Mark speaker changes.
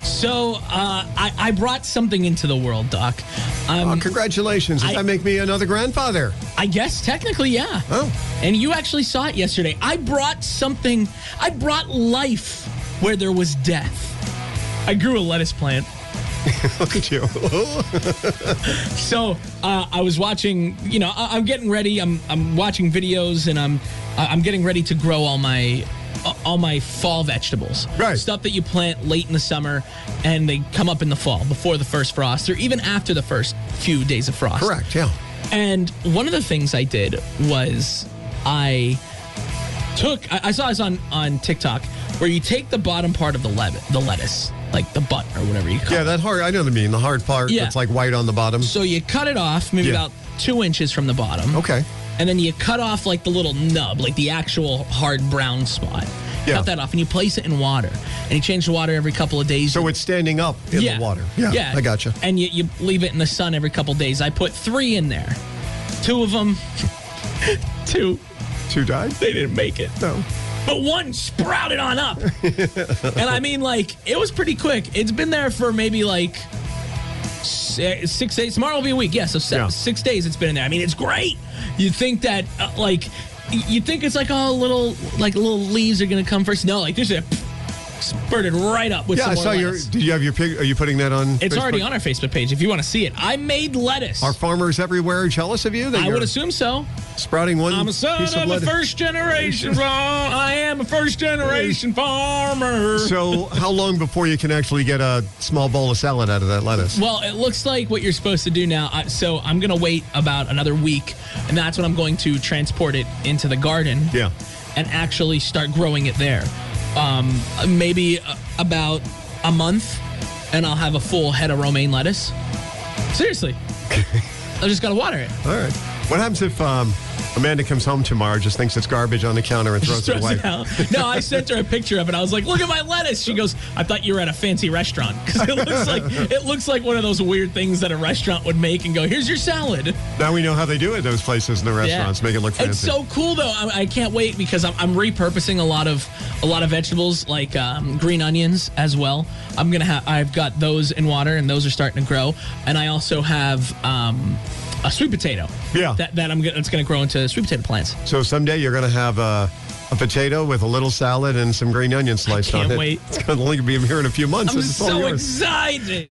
Speaker 1: So uh, I, I brought something into the world, Doc. Um,
Speaker 2: Oh, congratulations. Does
Speaker 1: I-
Speaker 2: that make me another grandfather?
Speaker 1: I guess technically, yeah.
Speaker 2: Oh.
Speaker 1: And you actually saw it yesterday. I brought something. I brought life where there was death. I grew a lettuce plant.
Speaker 2: Look at you.
Speaker 1: So uh, I was watching. You know, I, I'm getting ready. I'm I'm watching videos and I'm I- I'm getting ready to grow all my all my fall vegetables.
Speaker 2: Right.
Speaker 1: Stuff that you plant late in the summer and they come up in the fall before the first frost or even after the first few days of frost.
Speaker 2: Correct, yeah.
Speaker 1: And one of the things I did was I took I, I saw this on on TikTok where you take the bottom part of the le- the lettuce, like the butt or whatever you call
Speaker 2: Yeah,
Speaker 1: it.
Speaker 2: that hard, I know what I mean. The hard part
Speaker 1: Yeah.
Speaker 2: that's like white on the bottom.
Speaker 1: So you cut it off, maybe
Speaker 2: Yeah.
Speaker 1: about two inches from the bottom.
Speaker 2: Okay.
Speaker 1: And then you cut off like the little nub, like the actual hard brown spot.
Speaker 2: Yeah.
Speaker 1: Cut that off and you place it in water. And you change the water every couple of days.
Speaker 2: So it's standing up in the water. Yeah, I gotcha.
Speaker 1: And you, you leave it in the sun every couple days. I put three in there. Two of them, two,
Speaker 2: Two died?
Speaker 1: they didn't make it.
Speaker 2: No.
Speaker 1: But one sprouted on up. and I mean, like, it was pretty quick. It's been there for maybe like si- six days. Tomorrow will be a week. Yeah, so seven,
Speaker 2: Yeah.
Speaker 1: six days it's been in there. I mean, it's great. You think that, uh, like, y- you think it's like, oh, little, like, little leaves are going to come first. No, like, there's a spurted right up with
Speaker 2: Yeah,
Speaker 1: some
Speaker 2: I
Speaker 1: more
Speaker 2: saw your.
Speaker 1: lettuce.
Speaker 2: Did you have your pig? Are you putting that on?
Speaker 1: It's
Speaker 2: Facebook?
Speaker 1: already on our Facebook page if you want to see it. I made lettuce.
Speaker 2: Are farmers everywhere jealous of you? That
Speaker 1: I
Speaker 2: you're
Speaker 1: would assume so.
Speaker 2: sprouting one
Speaker 1: I'm a son
Speaker 2: piece of,
Speaker 1: of a
Speaker 2: lettuce?
Speaker 1: first generation farmer. I am a first generation farmer.
Speaker 2: So, how long before you can actually get a small bowl of salad out of that lettuce?
Speaker 1: Well, it looks like what you're supposed to do now. I- So I'm going to wait about another week, and that's when I'm going to transport it into the garden.
Speaker 2: Yeah.
Speaker 1: And actually start growing it there. Um, maybe uh, about a month, and I'll have a full head of romaine lettuce. Seriously. I just got to water it.
Speaker 2: All right. What happens if um, Amanda comes home tomorrow, just thinks it's garbage on the counter, and throws
Speaker 1: Just
Speaker 2: it
Speaker 1: throws
Speaker 2: away?
Speaker 1: it out. No, I sent her a picture of it. I was like, "Look at my lettuce." She goes, "I thought you were at a fancy restaurant because it looks like it looks like one of those weird things that a restaurant would make and go, "Here's your salad."
Speaker 2: Now we know how they do it. Those places and the restaurants make it look fancy.
Speaker 1: It's so cool though. I, I can't wait because I'm, I'm repurposing a lot of a lot of vegetables like um, green onions as well. I'm gonna have I've got those in water and those are starting to grow. And I also have um, a sweet potato.
Speaker 2: Yeah.
Speaker 1: That, that I'm gonna it's gonna grow into sweet potato plants.
Speaker 2: So someday you're going to have a, a potato with a little salad and some green onion sliced
Speaker 1: can't
Speaker 2: on it.
Speaker 1: wait.
Speaker 2: It's going to only be here in a few months.
Speaker 1: I'm
Speaker 2: this is all
Speaker 1: so
Speaker 2: yours.
Speaker 1: excited.